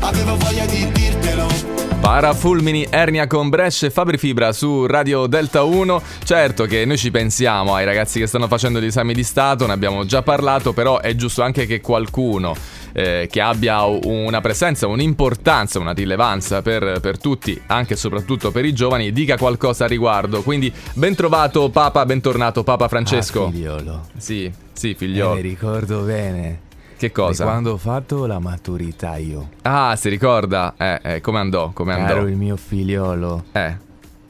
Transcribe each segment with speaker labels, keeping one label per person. Speaker 1: avevo voglia di dirtelo.
Speaker 2: Parafulmini, Ernia con Brescia e Fabri Fibra su Radio Delta 1. Certo che noi ci pensiamo ai ragazzi che stanno facendo gli esami di Stato, ne abbiamo già parlato, però è giusto anche che qualcuno eh, che abbia una presenza, un'importanza, una rilevanza per, per tutti, anche e soprattutto per i giovani, dica qualcosa a riguardo. Quindi ben trovato Papa, bentornato Papa Francesco.
Speaker 3: Ah, Eh, figliolo.
Speaker 2: Sì, sì,
Speaker 3: Io
Speaker 2: figliolo.
Speaker 3: mi ricordo bene.
Speaker 2: Che
Speaker 3: di
Speaker 2: cosa?
Speaker 3: quando ho fatto la maturità io.
Speaker 2: Ah, si ricorda? Eh, eh, come andò? Come andò?
Speaker 3: Caro il mio figliolo,
Speaker 2: Eh,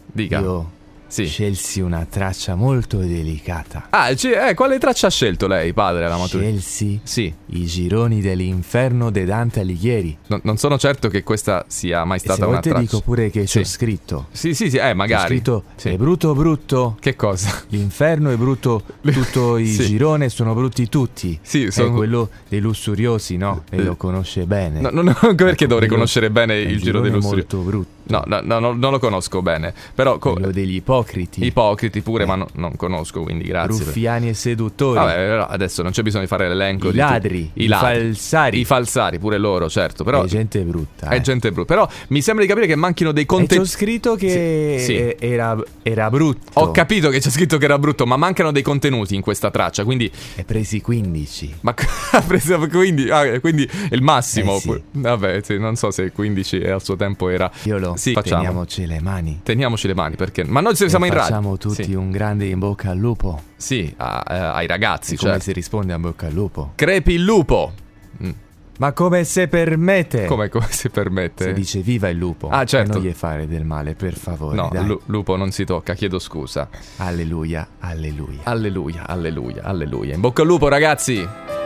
Speaker 2: dica.
Speaker 3: io
Speaker 2: Sì.
Speaker 3: scelsi una traccia molto delicata.
Speaker 2: Ah, ci- eh, quale traccia ha scelto lei, padre, alla maturità?
Speaker 3: Scelsi
Speaker 2: Sì,
Speaker 3: i gironi dell'inferno de Dante Alighieri.
Speaker 2: no- non sono certo che questa sia mai
Speaker 3: E se
Speaker 2: stata
Speaker 3: vuoi
Speaker 2: una
Speaker 3: te
Speaker 2: traccia.
Speaker 3: dico pure che
Speaker 2: Sì.
Speaker 3: c'ho scritto.
Speaker 2: Sì, sì, sì, eh,
Speaker 3: C'ho
Speaker 2: magari.
Speaker 3: scritto Eh.
Speaker 2: Sì.
Speaker 3: è brutto brutto.
Speaker 2: Che cosa?
Speaker 3: L'inferno è brutto, tutto il
Speaker 2: Sì.
Speaker 3: girone sono brutti tutti.
Speaker 2: Sì, sono-
Speaker 3: È quello dei lussuriosi, no? E
Speaker 2: Eh.
Speaker 3: lo conosce bene.
Speaker 2: No, no, no, perché dovrei
Speaker 3: Ecco, quello-
Speaker 2: conoscere bene
Speaker 3: È
Speaker 2: il giro
Speaker 3: girone
Speaker 2: dei lustri?
Speaker 3: molto brutto.
Speaker 2: No, no, no, no, non lo conosco bene. Però co-
Speaker 3: Quello degli ipocriti.
Speaker 2: ipocriti pure,
Speaker 3: Eh.
Speaker 2: ma no- non conosco, quindi grazie. per-
Speaker 3: Ruffiani e seduttori.
Speaker 2: Vabbè, però adesso non c'è bisogno di fare l'elenco
Speaker 3: I
Speaker 2: di
Speaker 3: ladri,
Speaker 2: tutti. I
Speaker 3: i
Speaker 2: ladri,
Speaker 3: falsari.
Speaker 2: i falsari, pure loro, certo, però
Speaker 3: è gente brutta.
Speaker 2: è
Speaker 3: eh.
Speaker 2: gente brutta. Però mi sembra di capire che manchino dei
Speaker 3: E c'ho
Speaker 2: contenuti
Speaker 3: scritto che
Speaker 2: Sì, sì.
Speaker 3: eh, Era, era brutto.
Speaker 2: Ho capito che c'è scritto che era brutto, ma mancano dei contenuti in questa traccia, quindi
Speaker 3: E presi 15.
Speaker 2: Ma ha preso quindi, ah, quindi è il massimo.
Speaker 3: Eh sì.
Speaker 2: oppure- Vabbè, sì, non so se 15 e al suo tempo era.
Speaker 3: Io lo
Speaker 2: Sì, facciamo.
Speaker 3: teniamoci le mani.
Speaker 2: Teniamoci le mani perché. Ma noi se
Speaker 3: E
Speaker 2: siamo in radio.
Speaker 3: Eh, Facciamo tutti
Speaker 2: Sì,
Speaker 3: un grande in bocca al lupo.
Speaker 2: sì, a- eh, ai ragazzi.
Speaker 3: E come
Speaker 2: certo.
Speaker 3: si risponde a bocca al lupo?
Speaker 2: Crepi il lupo.
Speaker 3: Ma come se permette?
Speaker 2: Come, come si permette?
Speaker 3: Si dice viva il lupo.
Speaker 2: Ah, certo.
Speaker 3: E non gli fare del male, per favore.
Speaker 2: No,
Speaker 3: dai.
Speaker 2: lu- lupo non si tocca, chiedo scusa.
Speaker 3: Alleluia, alleluia.
Speaker 2: Alleluia, alleluia, alleluia. In bocca al lupo, ragazzi.